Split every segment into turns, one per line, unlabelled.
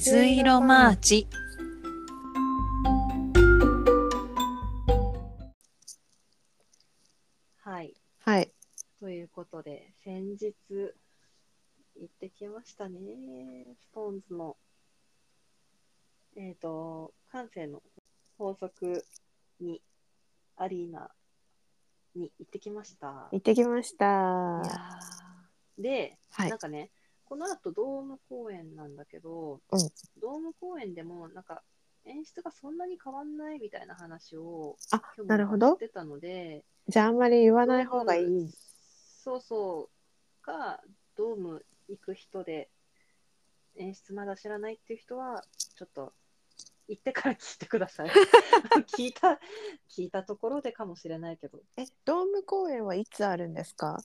水色マーチ。
はい。
はい。
ということで、先日、行ってきましたね。ストーンズの、えっ、と、感性の法則に、アリーナに行ってきました。
行ってきました。
いやーで、
はい
なんかね、この後ドーム公演なんだけど、
うん
ドーム公演でも、なんか、演出がそんなに変わんないみたいな話を、
あ
今日
なるほど
もしてたので、
じゃああんまり言わない方がい
ドー
い
ム。そうそう。か、ドーム行く人で、演出まだ知らないっていう人は、ちょっと、行ってから聞いてくださ い。聞いた、聞いたところでかもしれないけど。
え、ドーム公演はいつあるんですか。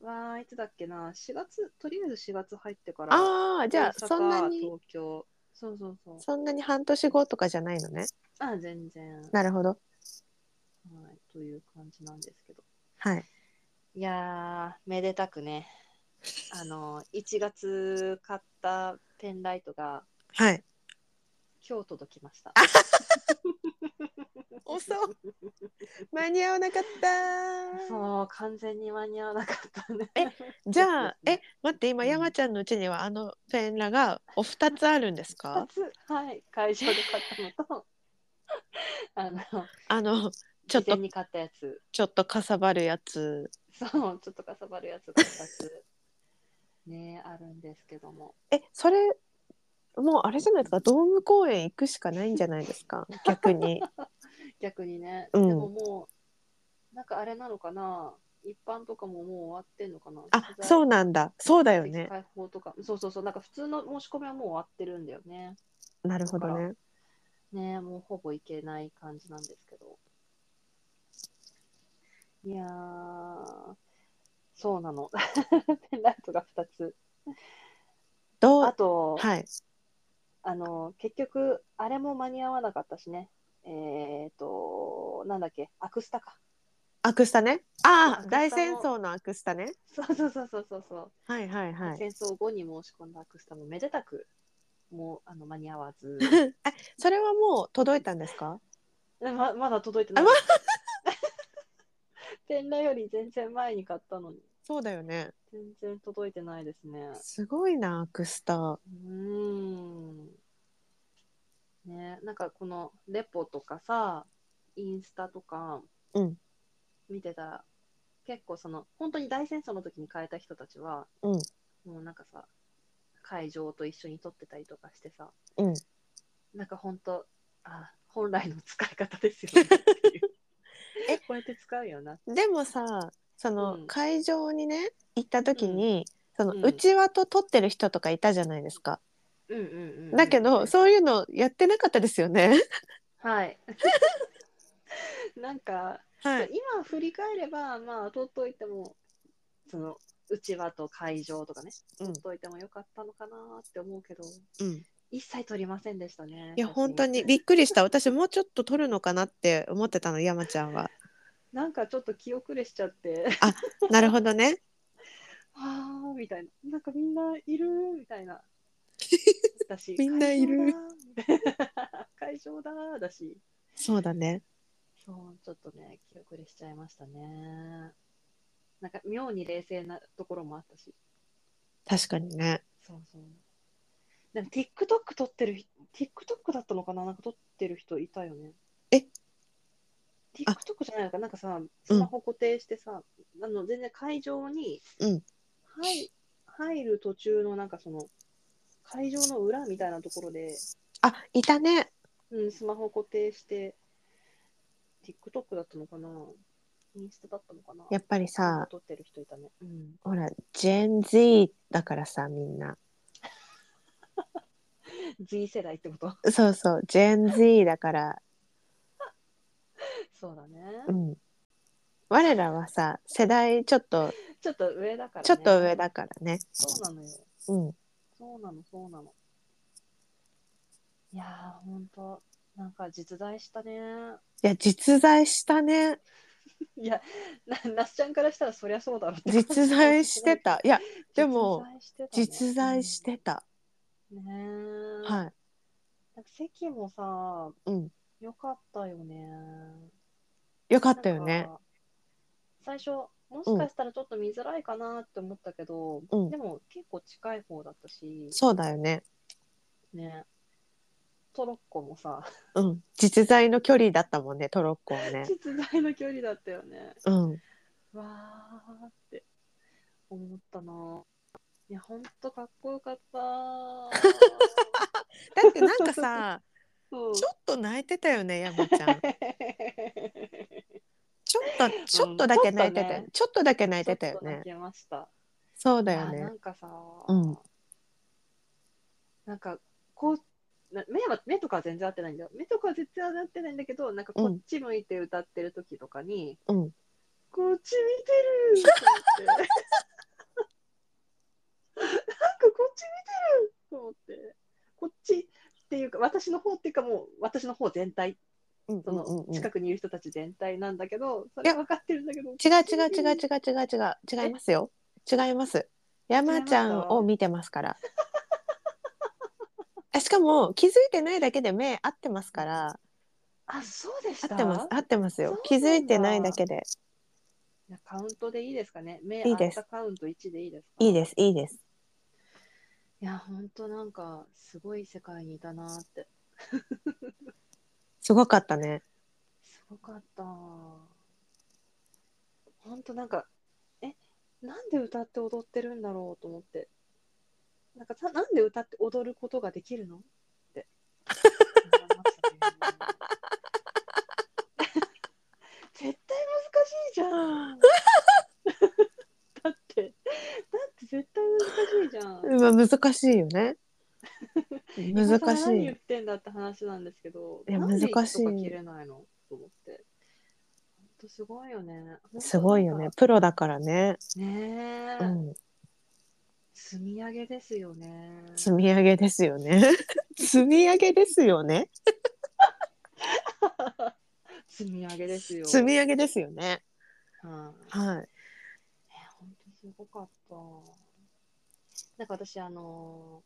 わー、いつだっけな、4月、とりあえず4月入ってから、
ああ、じゃあ、
大阪
そんなに、
東京、そうそうそう。
そんなに半年後とかじゃないのね。
あ、全然、は
なるほど。
い、という感じなんですけど。
はい。
いやー、めでたくね、あの、1月買ったペンライトが、
はい。
今日届きました。
遅っ間に合わなかった。
そう、完全に間に合わなかったね。
えじゃあ、
そう
え
で、
待って、今、
うん
山ちゃんの家には、あのペンラが、お二つあるんです
二
か。
つ、はい、会場で買ったのと、 あの、
あ の、ちょっ
事前
と、
に買ったやつ。
ちょっとかさばるやつ。
そう、ちょっとかさばるやつが2つねあるんですけども。
え、それ。もうあれじゃないですかドーム公演行くしかないんじゃないです か逆に
逆にね、
うん
でももう、なんかあれなのかな、一般とかももう終わってんのかな。
あそう
う
なんだそうだ
だ
よね
開放とか、そうそうそう、なんか普通の申し込みはもう終わってるんだよね。
なるほどね。
ねもうほぼいけない感じなんですけど。いやー、そうなの。 ペンライトが2つ。
ど
あ
う
と、
はい。
あの結局、あれも間に合わなかったしね、えっ、と、なんだっけ、アクスタか。
アクスタね。あ
アクスタ
あ、
も
大戦争のアクスタね。
そうそうそうそうそうそう、
はいはいはい。
戦争後に申し込んだアクスタもめでたく、もうあの間に合わ ず、
え、それはもう届いたんですか。
ままだ届いてない
あま。
ペンラより全然前に買ったのに、
そうだよね。
全然届いてないですね。
すごいな、アクスタ。
うーん。ね、なんかこのレポとかさ、インスタとか
うん
見てたら、結構その、本当に大戦争の時に変えた人たちは、
うん
もうなんかさ、会場と一緒に撮ってたりとかしてさ、
うん
なんか本当、あ、本来の使い方ですよねっていう
え
こうやって使うよな。
でもさ、その、
うん
会場にね、行った時に。その
うん
うちわと撮ってる人とかいたじゃないですか。
うんうんうん、
だけど、そういうのやってなかったですよね。
はい。 なんか、
は。
今振り返れば、まあ、取っといても、その、うちわと会場とかね、
うん
取っといてもよかったのかなって思うけど、
うん。
一切取りませんでしたね。
いや、
写真
本当。にびっくりした。私もうちょっと撮るのかなって思ってたの、山ちゃん は。
なんかちょっと気遅れしちゃって、
なるほどね。
はあ、みたいな。なんかみんないるみたいな。私、
みんないる
会場だ。会場だだし。
そうだね。
そう、ちょっとね、気遅れしちゃいましたね。なんか妙に冷静なところもあったし。
確かにね。
そうそう。でも TikTok 撮ってる人、TikTok だったのかななんか撮ってる人いたよね。
え
?TikTok じゃないのかなんかさ、スマホ固定してさ、あの全然会場に、
うん
はい、入る途中のなんかその、会場の裏みたいなところで、
あ、いたね。
うん、スマホ固定して、TikTok だったのかなインスタだったのかな
やっぱ
な
り
んか
さ、
撮ってる人いたね。うん。
ほら、ジェン・ーだからさ、みんな。
Z 世代ってこと
そうそう、ジェン・ーだから、
そうだね。
うん。我らはさ、世代ちょっと、
ちょっと上だから、ね。
ちょっと上だからね。
そうなのよ。
うん。
そうなの、そうなの。いやー、ほんと、なんか実在したね。
いや、実在したね。
いや、な、なっちゃんからしたらそりゃそうだろうって
実在してた。いや、でも
実在してたね
実在してた。
ねえ、い、
はい。
席もさ
うん。
良かったよね
よかったよね
なん。か最初もしかしたらちょっと見づらいかなって思ったけど、
うん
でも結構近い方だったし
そうだよね。
ねトロッコもさ
うん。実在の距離だったもんね、トロッコはね。
実在の距離だったよね
うん。
わーって思ったないやほんとかっこよかった
だってなんかさ、
そう
ちょっと泣いてたよね、山ちゃん。ちょっと、ちょっとだけ泣いてたよ
うん
ちょっとだけ泣いてたよ
ちょっと泣
ね。
けました
そうだよ
あな
ね。
んかさ、
うん
なんかこうな目は目とかは全然合ってないんだよ目とかは全然合ってないんだけどなんかこっち向いて歌ってる時とかに、
うん。
こっち見てるって思ってなんかこっち見てると思ってこっちっていうか私の方っていうかもう私の方全体
うん
そ
うんうん
の
うん。違
近くにいる人たち全体なんだけど、それ
いや
分かってるんだけど
う違う違う違う違う違う。違いますよ。違います。山ちゃんを見てますから。あしかも気づいてないだけで目合ってますから
あそうでした
合ってます合ってます
そう
よ
なんだ
気づいてないだけで
いやカウントでいいですかね。目
い
あ
い
っ
です
たカウント1でいいですか
いいですいいです
いや、ほんとなんか、すごい世界にいたなーって。
すごかったね
すごかったー。ほんとなんか、え、なんで歌って踊ってるんだろうと思って。なんかさ、なんで歌って踊ることができるのって。 考えましたね絶対難しいじゃ ん。だって、だって絶対難しいじゃん。
うわ難しいよ ね難
今
し
更何
い
言ってんだって話なんですけど、
いや
なんで
難しい
糸が切れないのと思って。ほんとすごいよね。
すごいよね。プロだからね、
ねえ、
うん、
積み上げですよね。
積み上げですよね積み上げですよね
積み上げですよ。
積み上げですよね
はい、
はい
え、本当すごかった。なんか私、あの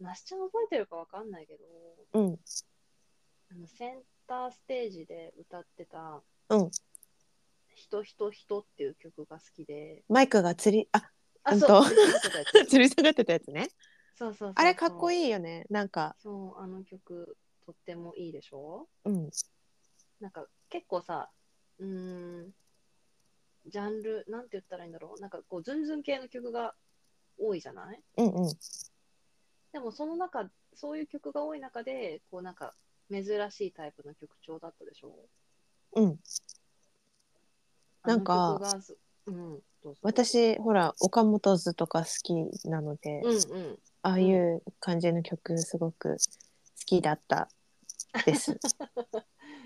ー、なしちゃん覚えてるかわかんないけど、
うん
あのセンターステージで歌ってた、
うん
人人人っていう曲が好きで、
マイクが釣りあ
あ、
うん
そう、
と
歌ってたやつ
吊り下がってたやつね
そうそうそうそう
あれかっこいいよねなんか
そうあの曲とってもいいでしょ
うん
なんか結構さうーんジャンルなんて言ったらいいんだろうなんかこうズンズン系の曲が多いじゃない
うんうん
でもその中そういう曲が多い中でこうなんか珍しいタイプの曲調だったでしょ
うんなんか
あの曲がすうんどうぞ
私ほら岡本図とか好きなので、
うんうん
ああいう感じの曲すごく好きだったです。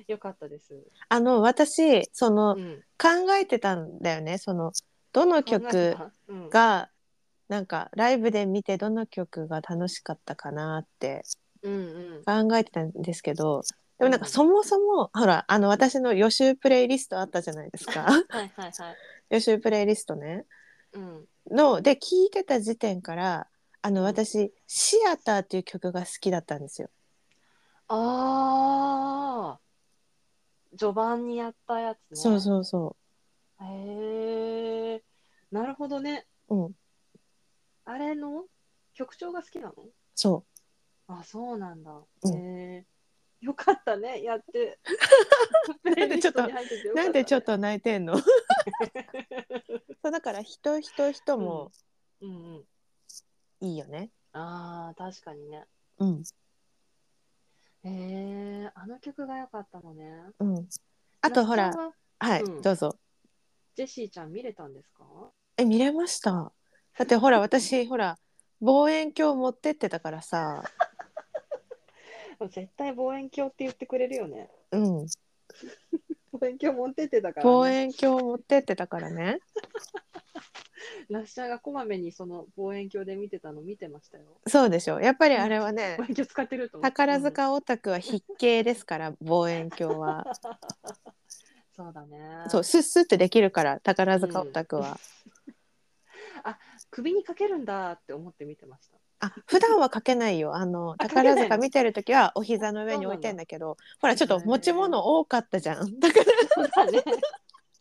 よかったです、
あの私その、
うん、
考えてたんだよねそのどの
考えて
曲
た、うん、
がなんかライブで見てどの曲が楽しかったかなって
うんうん
考えてたんですけどでもな
う
んか
ん
そもそも、ほらあの私の予習プレイリストあったじゃないで すか
はいはいはい
予習プレイリストね。
うん
ので聞いてた時点からあ
う
の
ん
私「シアター」っていう曲が好きだったんですよ。
ああ序盤にやったやつね
そうそうそ
へえなるほどね
う。うん、
あれの曲調が好きなの
そ
あそうなんだ、
うん
へえよかったねやって
なんでちょっと
プレイリストに入てて
う。
よかたね
なんでちょっと泣いて んの？そうだから人人人も
うんうん
いいよね。
あー確かにね
うん
へえあの曲が良かったのね
うん。あとほ
なっち
ら
ゃんは
はい、
うん
どうぞ。
ジェシーちゃん見れたんですか
え見れました。だってほら私ほら望遠鏡持ってってたからさ。
絶対望遠鏡って言ってくれるよね
うん。
望遠鏡持ってってたから、ね、
望遠鏡持ってってたからね。
ラッシャーがこまめにその望遠鏡で見てたの見てましたよ
そうでしょ。やっぱりあれはね
望。遠鏡使ってると思って
宝
うん
塚オタクは筆形ですから望遠鏡は
そうだね。
そうスッスッってできるから宝塚オタクは、
首にかけるんだって思って見てました。
あ普段はかけないよあの
あかけない
宝塚見てる時はお膝の上に置いてんだけどほらちょっと持ち物多かったじゃんだから
そうだね。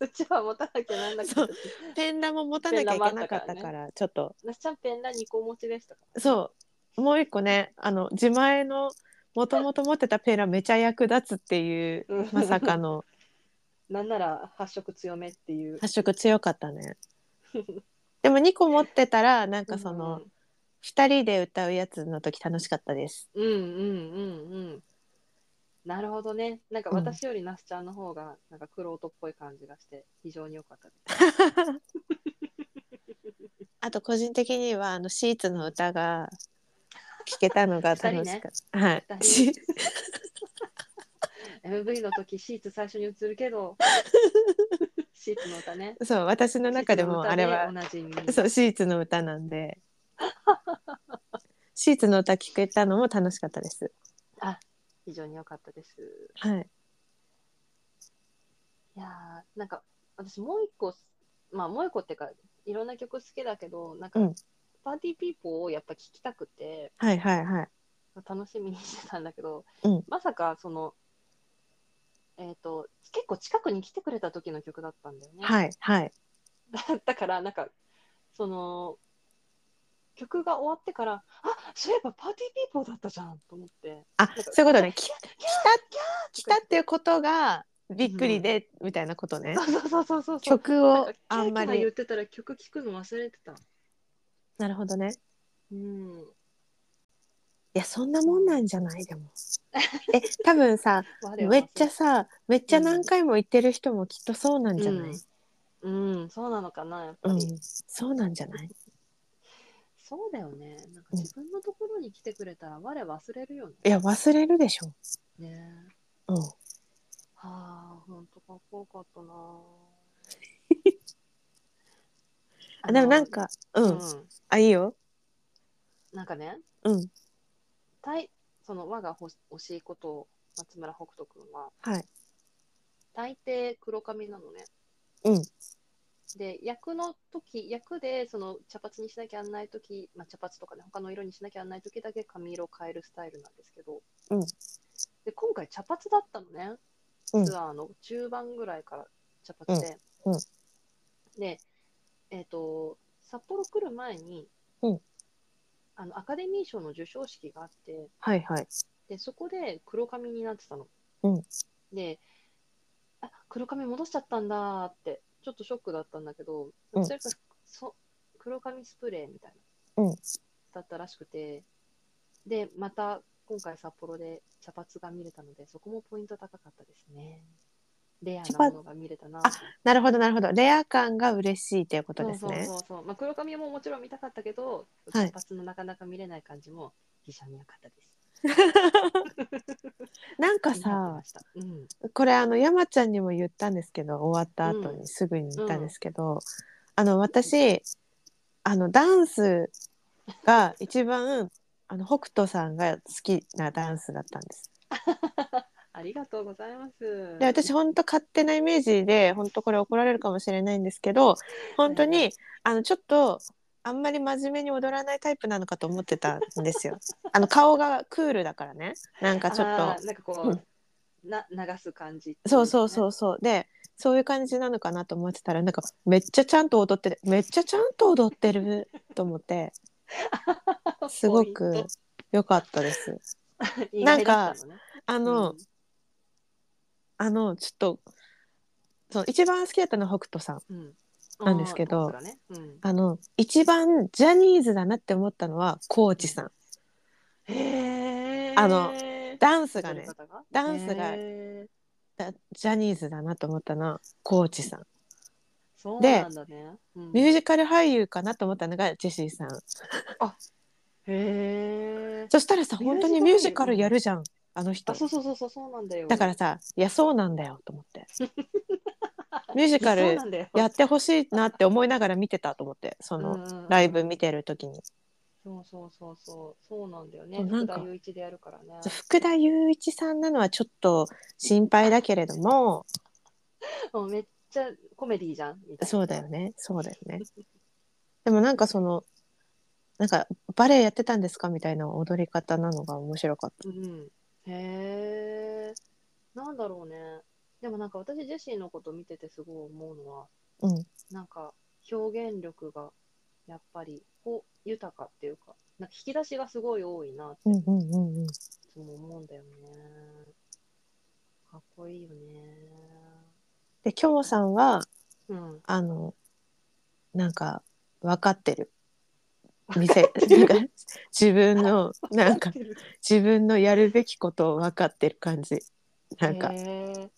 うちは持たなきゃなんなか
そ
っ
うペンラも持たなきゃいけなかった
ペンラもあった
か
から
ちょっと
た。なっちゃんペンラ2個持ちでしたから。
そうもう一個ねあの自前のもともと持ってたペンラめちゃ役立つっていう
うん
まさかの
なんなら発色強めっていう。
発色強かった ねでも2個持ってたらなんかその、2人で歌うやつの時楽しかっ たです
うんうんうんうん。なるほどね。なんか
うん
私よりなすちゃんの方が、なんか玄人っぽい感じがして、非常に良かったです。
あと個人的にはあのシーツの歌が聞けたのが楽しかった。はい。
二人
し
MV の時、シーツ最初に映るけ ど、シーツの歌ね。
そう私の中でもあれは
シーツの歌でおなじみ
そうシーツの歌なん でシーツの歌聞けたのも楽しかったです。
非常に良かったです。
はい。
いやーなんか私もう一個まあもう一個っていうかいろんな曲好きだけどなんか、
うん
パーティーピーポーをやっぱ聴きたくて
はいはいはい。
楽しみにしてたんだけど、
うん
まさかそのえっ、と結構近くに来てくれた時の曲だったんだよね、
はいはい。
だだからなんかその曲が終わってからあそういえばパーティーピーポーだったじゃんと思って
あ
なんか
そういうことね。
キ
き
ャ
来た来たっていうことがびっくりで、みたいなことね。
そうそうそうそうそう
曲
なん
を
かキ
あ
ャー
ん
キャ
ま
ー言っ
り。
てたら曲聴くの忘れてた
なるほどね。
うん
いやそんなもんなんじゃない でも。え多分さめっちゃさめっちゃ何回も行ってる人もきっとそうなんじゃない、
うん、うんそうなのかなやっぱ
うん
り、
そうなんじゃない
そうだよねなんか自分のところに来てくれたら我忘れるよね
いや忘れるでしょ、
ねえ
うん、
はあほんとかっこよかったな
あでもなんかう
あ
ん、
のうん、
あいいよ
なんかね
うん
たいその我がほし惜しいことを松村北斗君は
はい
大抵黒髪なのね
うん
で役の時役でその茶髪にしなきゃあんない時、まあ、茶髪とかね他の色にしなきゃあんない時だけ髪色を変えるスタイルなんですけど、
うん
で今回茶髪だったのね
うん
ツアーの中盤ぐらいから茶髪で、
うんうん
でえっ、と札幌来る前に、
うん
あのアカデミー賞の授賞式があって
はいはい
でそこで黒髪になってたの、
うん
であ黒髪戻しちゃったんだーってちょっとショックだったんだけど、
うん
それからそ黒髪スプレーみたいな、
うん
だったらしくてでまた今回札幌で茶髪が見れたのでそこもポイント高かったですねレア
茶髪
なものが見れたな
あなるほどなるほどレア感が嬉しいっていうこ
そ
と
う
です
そう
ね
そうそう、まあ、黒髪ももちろん見たかったけど茶
はい
髪のなかなか見れない感じも非常に良かったです、気になっ
なんか
て
さ
ましたうん
これあの山ちゃんにも言ったんですけど終わった後にすぐに言ったんですけど、あの私あのダンスが一番あの北斗さんが好きなダンスだったんです。
ありがとうございます。
で私本当勝手なイメージで本当これ怒られるかもしれないんですけど本当
は
にあのちょっとあんまり真面目に踊らないタイプなのかと思ってたんですよ。あの顔がクールだからねなんかちょっと
あーなんかこう、な流す感じ、。
そうそうそ ううそうでそういう感じなのかなと思ってたらなんかめっちゃちゃんと踊ってるめっちゃちゃんと踊ってると思ってすごく良かったです。
なんか、
あ
あ
の、あのちょっとその一番好きだったのは北斗さんなんですけ
あ
ど
ーそうだねうん
あの一番ジャニーズだなって思ったのはコーチさん
へー
あのダンスがね
踊り方が
ダンスが
へー
だジャニーズだなと思ったのはコーチさん
そうなんだね。うん
ミュージカル俳優かなと思ったのがジェシーさん
へー
そしたらさ本当にミュージカルやるじゃんあの人
あ、そうそうそうそうそうなんだよ。
だからさいやそうなんだよと思って ミュージカ
そう
ル
なんだよ
やってほしいなって思いながら見てたと思ってその
の
ライブ見てる時に
そうそうそうそうそうなんだよね。
そうな
福
んか
田雄一でやるからね。
福田雄一さんなのはちょっと心配だけれども
もうめっちゃコメディじゃんみたいな。
そうだよねそうだよねでもなんかそのなんかバレエやってたんですかみたいな踊り方なのが面白かっ
うん。へえ。なんだろうね。でもなんか私ジェシーのこと見ててすごい思うのは、
た。うん。
なんか表現力がやっぱりこう豊かっていうか、なんか引き出しがすごい多いなって
うん
い
うんうんうん。
つも思うんだよね。かっこいいよね。
で、京もさんは、
うん。
あの、なんか、分かってる。店、なんか、自分の、なんか、自分のやるべきことを分かってる感じ。なんか
へ、ー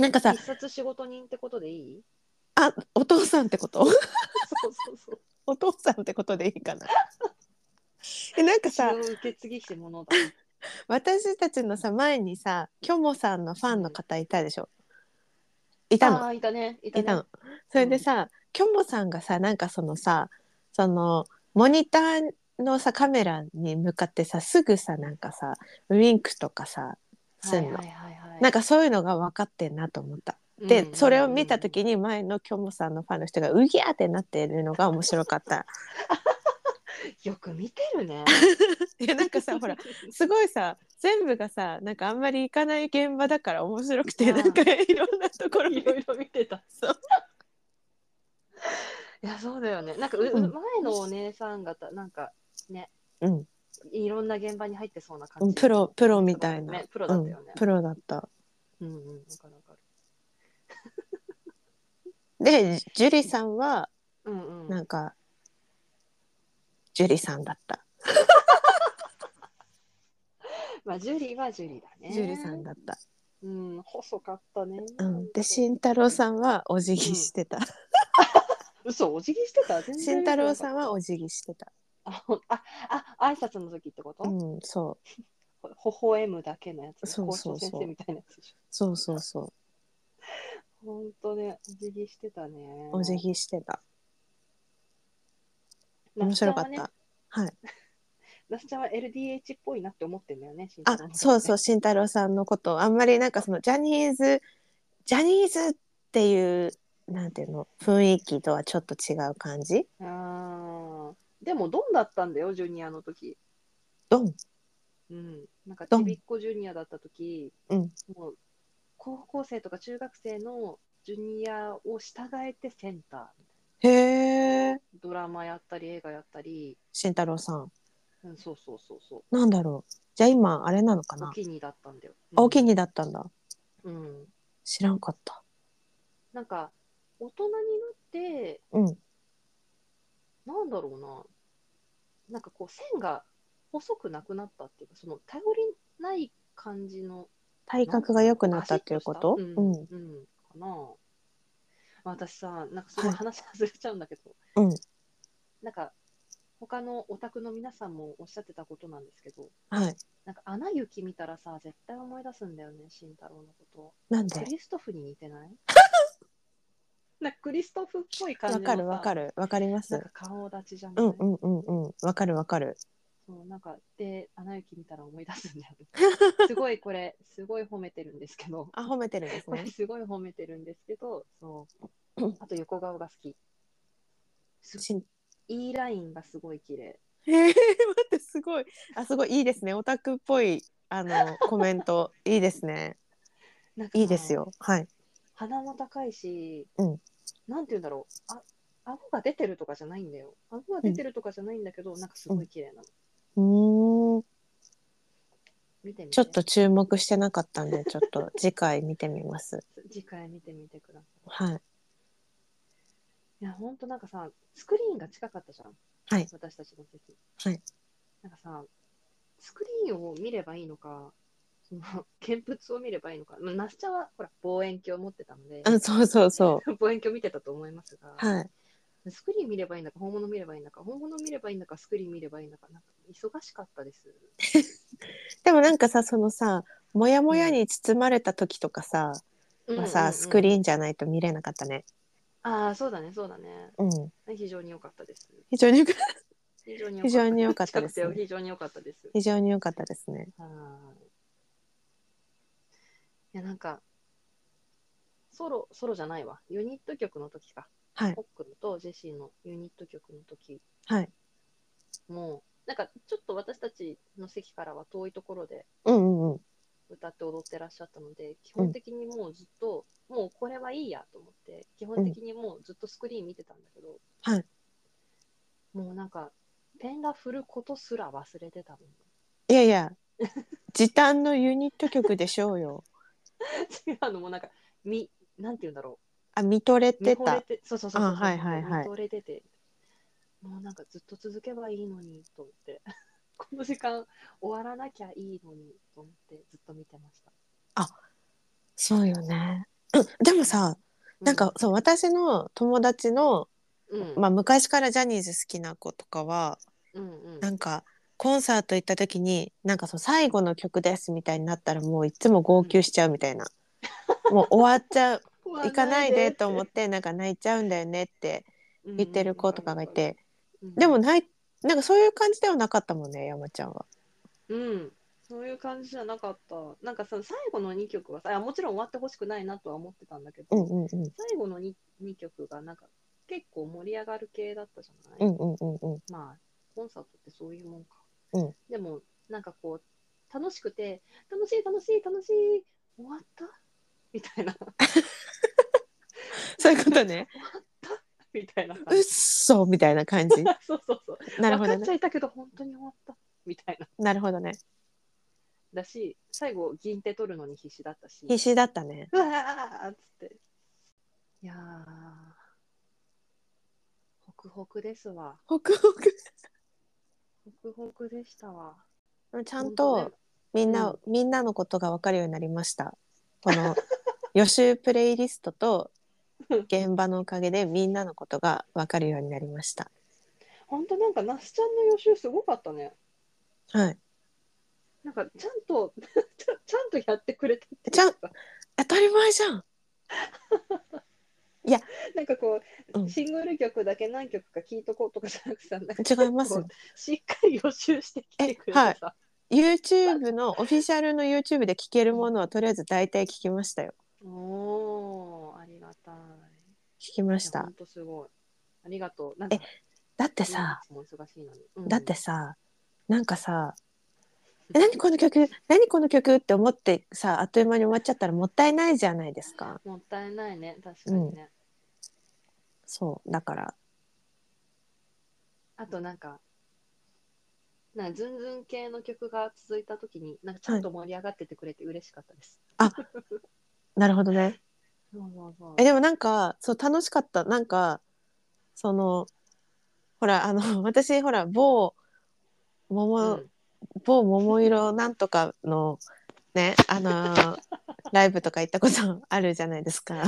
なんかさ
必、殺仕事人ってことでいい
あ、お父さんってこと
そうそうそう。
お父さんってことでいいかな。えなんか
血
さ
を受け継ぎし者だ。
私たちのさ前にさキョモさんのファンの方いたでしょいた
あ
の
ーいたね。いたね。
いたのそれでさ、キョモさんがさなんかそのさそのモニターのさカメラに向かってさすぐさなんかさウインクとかさすんの、
はいはいはいはい、
なんかそういうのが分かってんなと思ったで、それを見た時に前のキョモさんのファンの人がうぎゃーってなっているのが面白かった
よく見てるね
いやなんかさほらすごいさ全部がさなんかあんまり行かない現場だから面白くて
あー
なんかいろんなところ
い
に
ろいろ見てた
そう
いやそうだよねなんかう、
うん
前のお姉さん方なんか
うん
いろんな現場に入ってそうな
う
感
ん
じ
プロプロみたいな
ねプロだったよ
う
ね
ん、プロだった
うんうんわかるわかる
でジュリさんは
うんう
なんんかジュリさんだった、
まあジュリーはジュリーだね
ジュリさんだった、
うん細かったね
うん、で慎太郎さんはお辞儀してた
嘘お辞儀してた全然
慎太郎さんは
お
お辞儀してた
あほんああ挨拶の時ってこと、
うんそう
微笑むだけのやつ
そうそうそう
校長先生みたいなやつでし
そうそうそ
ょほんとねお辞儀してたね
うお辞儀してた
那
面
須ちゃ
白
ん
か
は
った、
ね
はい
那須ちゃんは LDH っぽいなって思ってんだよね、慎太
あ
郎のことね
そうそう慎太郎さんのことあんまりなんかそのジャニーズジャニーズっていうなんていうの雰囲気とはちょっと違う感じ
あーでも、ドンだったんだよ、ジュニアの時。
ドン
うん。なんか、
ドン
ちびっこジュニアだった時、
うん
もう、高校生とか中学生のジュニアを従えてセンタ
へえ
ー。ドラマやったり、映画やったり、
慎太郎さん
うん、そうそうそうそう。
なんだろうじゃあ今あれなのか
お
な
気にだったんだよ。
あお気
に。
にだったんだ
うん。
知らんかった
なんか、大人になって、
うん
なんだろうな、なんかこう線が細くなくなったっていうか、その頼りない感じの。
体格が良くなったっていうこと
ガシッし
う
た
ん
うん、うん、かな。まあ私さ、なんかすごい
はい
話外れちゃうんだけど、
うん
なんか他のお宅の皆さんもおっしゃってたことなんですけど、
はい
なんか穴雪見たらさ、絶対思い出すんだよね、慎太郎のこ
なん
と。
で
クリストフに似て ないなんかクリストフっぽい感じ
わ
の
かるわか
る。
るわかりま
な
す
んか顔立ちじゃな
う
い、
んうんうんうんわかるわかる
そうなんかで「アナ雪」見たら思い出すんだ よねすごいこれすごい褒めてるんですけど
あ褒めてるんです
これ
ね
すごい褒めてるんですけどそうあと横顔が好き
しん
E ラインがすごい綺麗
へ え待ってすごいあすごいいいですねオタクっぽいあのコメント いいですね
なんかさ
いいですよはい
鼻も高いし、
うん
なんて言うんだろうあ顎が出てるとかじゃないんだよ顎が出てるとかじゃないんだけど、なんかすごい綺麗なの
うーん
見てみて
ちょっと注目してなかったんでちょっと次回見てみます
次回見てみてください
はい
いや、ほんとなんかさ、スクリーンが近かったじゃん。
はい
私たちの席。
はい。
なんかさ、スクリーンを見ればいいのか、その、 見物を見ればいいのか、まあ、ナスちゃんは、ほら、望遠鏡を持ってたので、
あそうそうそ
望遠鏡見てたと思います が、
うはい
スクリーン見ればいいんだか、本物見ればいいんだか、本物見ればいいんだか、スクリーン見ればいいんだか、なんか忙しかったです。
でもなんかさそのさモヤモヤに包まれた時とかさ、はさ、スク
ーン。
リーンじゃないと見れなかったね
ああ、そうだね、そうだね。
うん
非常に良かったです。
非常に
非常に良
非常に良かったですね
近くて非常に良かったです。
非常に良かったですね
はい。いや、なんか、ソロ、ソロじゃないわ。ユニット曲の時か。
はい
ホックルとジェシーのユニット曲の時
はい
もうなんかちょっと私たちの席からは遠いところで
うんうんうん
歌って踊ってらっしゃったので基本的にもうずっと、もうこれはいいやと思って基本的にもうずっとスクリーン見てたんだけど、
はい
もうなんかペンが振ることすら忘れてたもん
いやいや時短のユニット曲でしょうよ
違うのもうなんかみなんて言うんだろ
あ見とれ
う
て
見惚れ
た
てそうそうそうそう
あはいはいはい
見惚れててもうなんかずっと続けばいいのにと思って この時間終わらなきゃいいのにと思ってずっと見てました、
そうよねうんでもさなんかそう私の友達の、
うん、
まあ、昔からジャニーズ好きな子とかは
うんうん
なんかコンサート行った時になんかその最後の曲ですみたいになったらもういつも号泣しちゃうみた いな、もう終 わっちゃう行かないでと思ってなんか泣いちゃうんだよねって言ってる子とかがいて、
うん
でもないなんかそういう感じではなかったもんね山ちゃんは。
うん、そういう感じじゃなかった。なんかその最後の2曲はさ、あもちろん終わってほしくないなとは思ってたんだけど、
うんうんうん
最後の 2, 2曲がなんか結構盛り上がる系だったじゃない、
うんうんうんうん
まあ、コンサートってそういうもんか。
うん
でも、なんかこう、楽しくて、楽しい楽しい楽しい、終わったみたいな、
そういうこと ね。
みたいな
うっ
感じ。
そみたいな感 じ。
そうそうそう。
なるほど
分かっちゃ
ね。
いたけど、本当に終わった。みたいな。
なるほどね。
だし、最後、銀手取るのに必死だったし。
必死だったね。
うわーっつって。いやー、ホクホクですわ。
ホクホク。
ホクホクでしたわ。
ちゃん
本
とみんな、
う
みんなのことが分かるようになりました。この 予習プレイリストと現場のおかげでみんなのことが分かるようになりました。
当ね、ほんとなんか、那須ちゃんの予習すごかったね。
はい。
なんか、ちゃんと ちゃ、ちゃんとやってくれたって
ちゃん
と
当たり前じゃん。
なんかこう、
うん
シングル曲だけ何曲か聴いとこうとかじゃなくてさ、なんか
違いますよ。
しっかり予習してきてくれて
え
さ、
YouTube のオフィシャルの YouTube で聞けるものはとりあえず大体聞きましたよ。
おー、ありがたい。
聞きまし
いやほ
た
ん。とすごい。ありがとう。なんか
えだってさ、
いつも忙しいのに。うん
だってさなんかさ「え何この曲何この曲?」って思ってさあっという間に終わっちゃったらもったいないじゃないですか。
もったいないね、確かにね。
そうだから
あとなんか、なんかズンズン系の曲が続いたときに、なんかちゃんと盛り上がっててくれて嬉しかったです。
なるほどね。
そうそうそう
えでもなんかそう楽しかったなんかそのほらあの 私ほら某
う
桃、
ん
某桃色なんとかのねあのーライブとか行ったことあるじゃないですか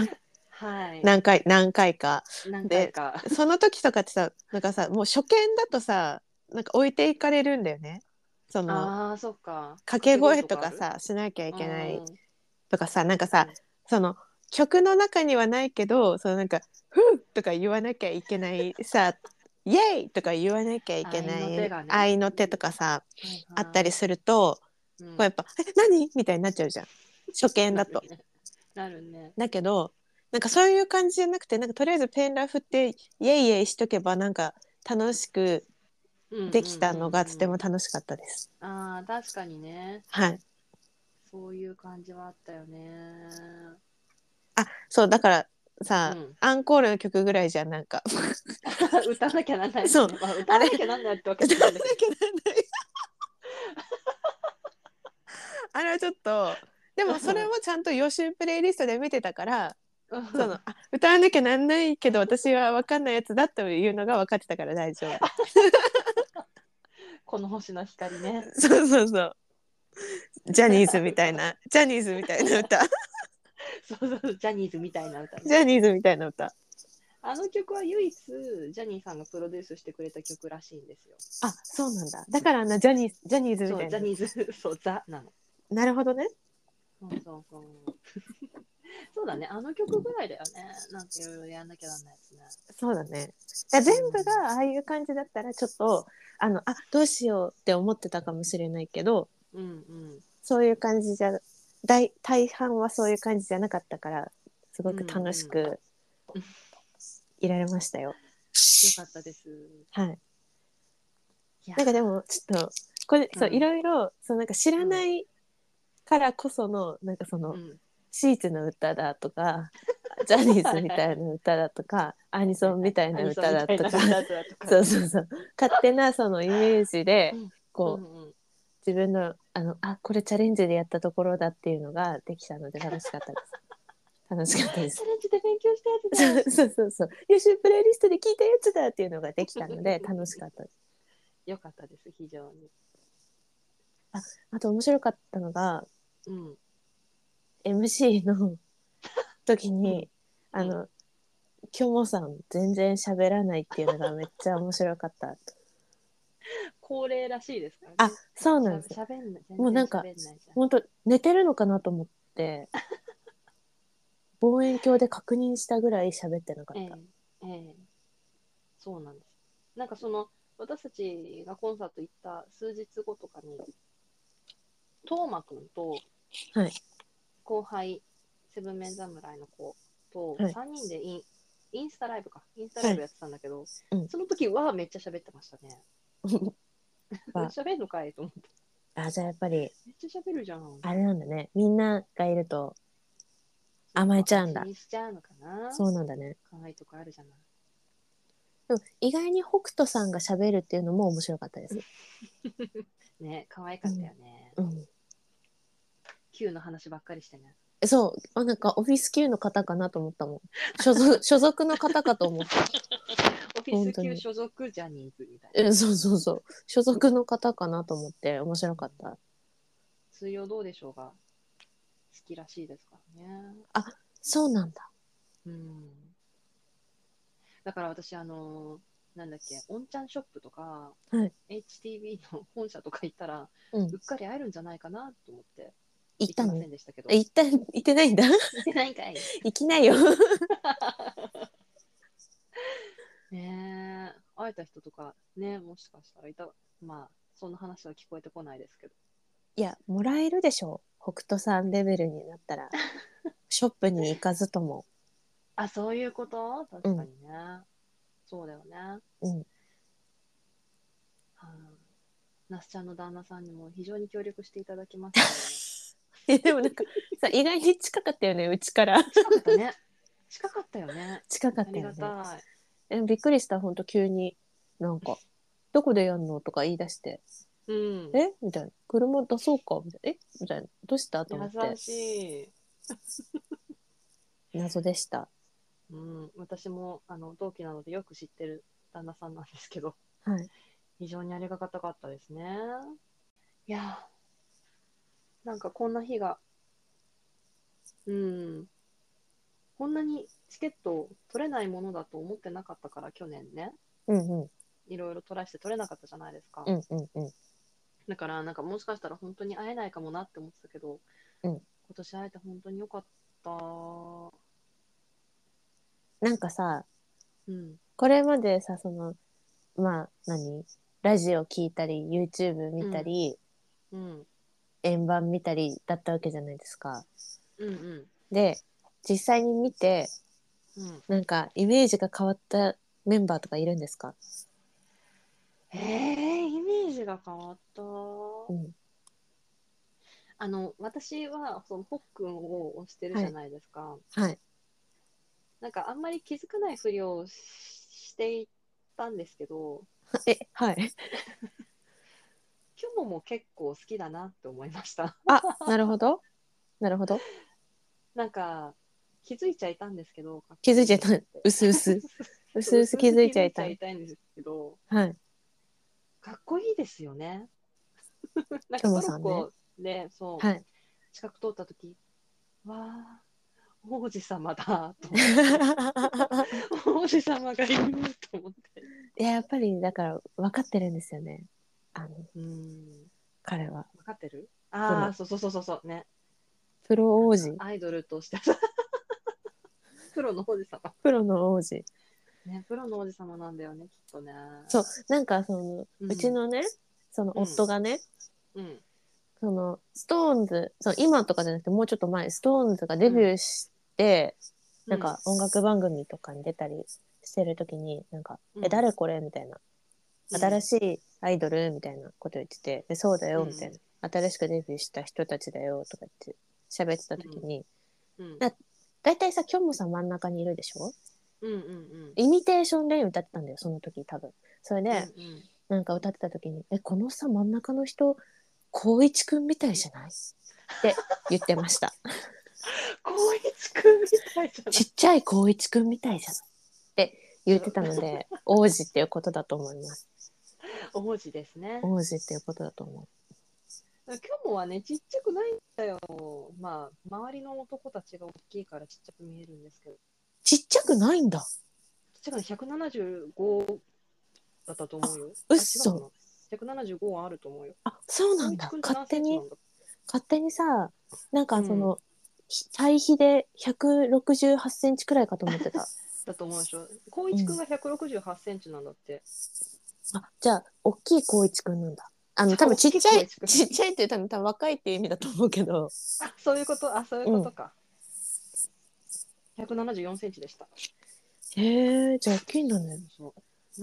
はい。
何回何回か。
何回か。
その時とかってさなんかさもう初見だとさなんか置いていかれるんだよねその
ああー、そっか。
掛け声とかさしなきゃいけない
うん
とかさ、なんかさ、その曲の中にはないけどそのなんか「ふう!」とか言わなきゃいけないさ「イエイ!」とか言わなきゃいけ
合い
ない
の手がね
合いの手とかさ、あったりすると、
る
こうやっぱ「え何?」みたいになっちゃうじゃん初見だと。。
なるね。
だけどなんかそういう感じじゃなくてなんかとりあえずペンラ振ってイエイイエイしとけばなんか楽しく
なるね
できたのがとて。
うん
も
うん
楽しかったです。
うんああ、確かにね。
はい。
そういう感じはあったよね。
あ、そうだからさ、
うん
アンコールの曲ぐらいじゃんなんか
歌わなきゃならない。
そう
まあ歌わなきゃなんないってわけじゃないんだけど。
あれはちょっとでもそれもちゃんと予習プレイリストで見てたから、
うん
そのあ歌わなきゃなんないけど私は分かんないやつだというのが分かってたから大丈夫。
この星の光ね。
そうそうそう。ジャニーズみたい なジャニーズみたいな歌
そうそうそう、ジャニーズみたいな歌ね。
ジャニーズみたいな歌。
あの曲は唯一ジャニーさんがプロデュースしてくれた曲らしいんですよ。
あ、そうなんだ。だからあのジャニージャニーズみ
そ
た
う
い
ジ
な
ャ。ニーズ そうザなの。
なるほどね。
そうそうそう。そうだね、あの曲ぐらいだよね。なんかいろいろやんなきゃなんないですね。
そうだね。だから全部がああいう感じだったらちょっとあのあどうしようって思ってたかもしれないけど
うんうん。
そういう感じじゃ大大半はそういう感じじゃなかったからすごく楽しく
うん
いられましたよ。
よかったです。
はい。
いや
なんかでもちょっとこれそう
うん
いろいろそうなんか知らないからこそのなんかその、
うん
シーツの歌だとか ジャニーズみたいな歌だとかアニソンみたいな歌だと
アニ
か
ソンみたいな歌だとか
そうそうそう勝手なそのイメージで
うん
こう、
うんうん
自分のあのあこれチャレンジでやったところだっていうのができたので楽しかったです 楽しかったです
チャレンジで勉強したやつだ
そうそうそうそう優秀プレイリストで聞いたやつだっていうのができたので楽しかったです
よかったです非常に
あと面白かったのが
うん
MC の時に、
うん
あの「きょもさん全然喋らない」っていうのがめっちゃ面白かった
恒例らしいですからね
あそうなんです
しゃべんない
もうなんか
全然喋ないじゃん
本当寝てるのかなと思って望遠鏡で確認したぐらい喋ってなかった、
ええええそうなんですなんかその私たちがコンサート行った数日後とかにトーマくんと
はい
後輩セブンメン侍の子と
はい
3人でイン,、インスタライブかインスタライブやってたんだけど、
うん
その時はめっちゃ喋ってましたね
わ
喋んのかいと思って
あじゃあやっぱり
めっちゃ喋るじゃん
あれなんだねみんながいると甘えちゃうんだ
気にしちゃうのかな
そうなんだね
可愛いとこあるじゃない
でも意外に北斗さんが喋るっていうのも面白かったです、
ね可愛かったよね、
うん、
Q の話ばっかりしてね
そうあなんかオフィス級の方かなと思ったもん所属 所属の方かと思った
オフィ
本
ス
当
級
に
所属ジャニーズみたいな
えそうそうそう所属の方かなと思って面白かった
水曜どうでしょうが好きらしいですからね。
そうなんだ
うん。だから私、あのーなんだっけ、オンチャンショップとか、
はい
HTB の本社とか行ったら、
うん
うっかり会えるんじゃないかなと思って、
行った
き
の
ませんでしたけど、
え行った行ってない んだ
行ってないんかい。
行きないよ
ねえ、会えた人とか、ね、もしかしたらいた、まあ、そんな話は聞こえてこないですけど、
いやもらえるでしょう北斗さんレベルにな ったらショップに行かずとも
あ、そういうこと確かにね、そうだよね。
うん
はい那須ちゃんの旦那さんにも非常に協力していただきまし
えでもなんかさ意外に近かったよねうちから
た、ね、近かったね 近かったよね
近か
あ
った
り
よ
が
ね
たい
えびっくりした本当急になんか「どこでやんの?」とか言い出して
うん
「えみたいな「車出そうか?」みたいな「えみたいな「どうした?」と思って
優しい、
謎でした
うん、私もあの同期なのでよく知ってる旦那さんなんですけど
はい
非常にありがたかったですねいやーなんかこんな日がうんこんなにチケット取れないものだと思ってなかったから去年ね
うんうん
いろいろ取らして取れなかったじゃないですか、
うんうんうん
だからなんかもしかしたら本当に会えないかもなって思ってたけど、
うん
今年会えて本当によかった。
なんかさ
うん。
これまでさそのまあ何ラジオ聞いたり YouTube 見たり、
うん。
円盤見たりだったわけじゃないですか
うんうん。
で実際に見て
うん、
なんかイメージが変わったメンバーとかいるんですか
えー、イメージが変わった。
ん
あの、私は、その、ほっくんを推してるじゃないですか。
はい
なんか、あんまり気づかないふりをししていたんですけど、
えはい
キョモも結構好きだなって思いました。
あなるほどなるほど
なんか、気づいちゃいたんですけど、
気づいちゃいたうすうす うすうす気づいちゃい
う
た
すうす気づい
い
たいんですけど、
はい
かっこいいですよね。 なん
ト
か
モ
トル
さんね
コで、そう、
はい
近く通った時わあ王子様だと 王子様がいると思って
いややっぱりだから分かってるんですよねあの
うん
彼は
分かってるああそうそうそうそうそうね
プロ王子
アイドルとして プロの王子様
プロの王子
ねプロの王子様なんだよねきっとね
そうなんかその、
う
うんちのねその
うん
夫がね、
うん
そのストーンズその今とかじゃなくてもうちょっと前ストーンズがデビューして、なんか音楽番組とかに出たりしてる時になんか「
うん
え誰これ?」みたいな新しいアイドルみたいなこと言ってて、でそうだよみたいな、新しくデビューした人たちだよとか言って喋ってた時に、
うん
な大体さきょんもさん真ん中にいるでしょ
うんうん
イミテーションレイン歌ってたんだよその時多分それで、
うん
なんか歌ってた時に「えこのさ真ん中の人光一くんみたいじゃない?」って言ってました
光一くんみたいじゃない
ちっちゃい光一くんみたいじゃないって言ってたので王子っていうことだと思います
王子ですね
王子っていうことだと思う
今日もはねちっちゃくないんだよまあ周りの男たちが大きいからちっちゃく見えるんですけど
ちっちゃくないんだ
ちっちゃくない175だったと思うよ
あ嘘
あ違うかな175はあると思うよ
あそうなんだ
光一くって何
勝手
センチ
に
なんだ
勝手にさなんかその、
う
ひ対比で168センチくらいかと思ってた
だと思うでしょ光一くんが168センチなんだって、
あじゃあ大きい光一くんなんだあの
そう
多分ちっちゃ
大
い
きい光一くん
ちっちゃいって多分多分若いっていう意味だと思うけど
あそういうことあそういうことか、174センチでした
へえじゃあ大きいんだね
そう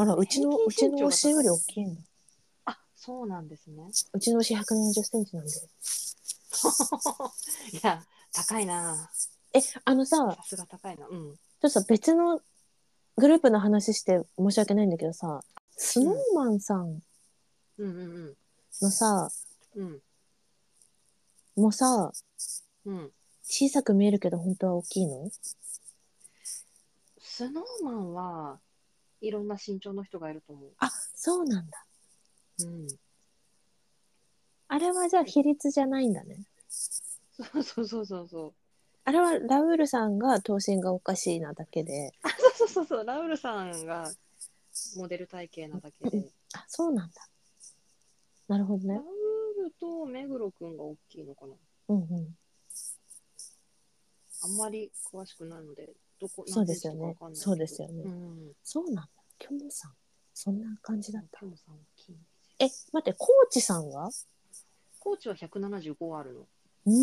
あら、うちの、うちの推しより大きいんだ。
あそうなんですね
うちの推し170センチなんで。
いや高いな
え、あのさ、
さすが高いなうん
ちょっとさ、別のグループの話して申し訳ないんだけどさ、スノーマンさん
うんうん
のさ、
うんうん
もうさ、
うん
小さく見えるけど本当は大きいの
スノーマンはいろんな身長の人がいると思う、
あ、そうなんだ。
うん、
あれはじゃあ比率じゃないんだね。
そうそうそうそうそう
あれはラウールさんが頭身がおかしいなだけで。
あそうそうそうそうラウルさんがモデル体型なだけで
あ、そうなんだ。なるほど
ラ
ね
ウ。ルと目黒くんが大きいのかな
うんうん。
あんまり詳しくないのでどこ
そうですよ
何セン
ね
チかわかんない。けど
そうですよね。
うん
そうなんだ。キョンさん。そんな感じだった
タ。モさん大きいんですよ
え、待って、コーチさんは
コーチは175あるの。
うーん。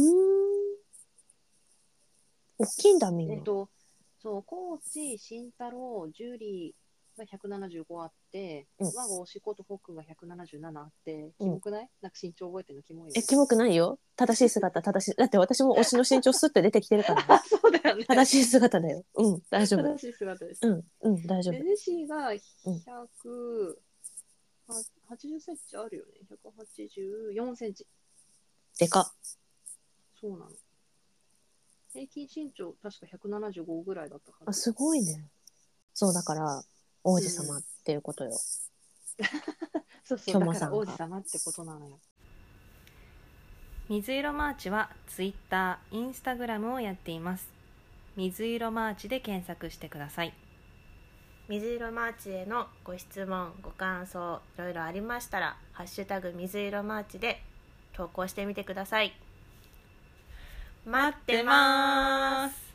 大きいんだ、みんな。
えっと、そう、コーチ、慎太郎、ジュリーが175あって、
うん
マゴ、シコとホックンが177あって、キ
うん
モくない、なんか身長覚えてるのキモいよね。
え、キモくないよ。正しい姿、正しい。だって私も推しの身長すって出てきてるからね、
あ、 そうだよね。
正しい姿だよ。うん、大丈夫
正。しい姿です。
うん、うん、大丈
で
夫。
ネシーが180センチあるよね。184センチ。
でかっ。
そうなの。平均身長、確か175ぐらいだったは
あ、
ず。
すごいね。そう、だから、王子様っていうことよ。
そうそう、
京
だ
馬
か
さ
ら
んが
王子様ってことなのよ。水色マーチはツイッター、インスタグラムをやっています。水色マーチで検索してください。
水色マーチへのご質問ご感想いろいろありましたら「ハッシュタグ水色マーチ」で投稿してみてください待ってます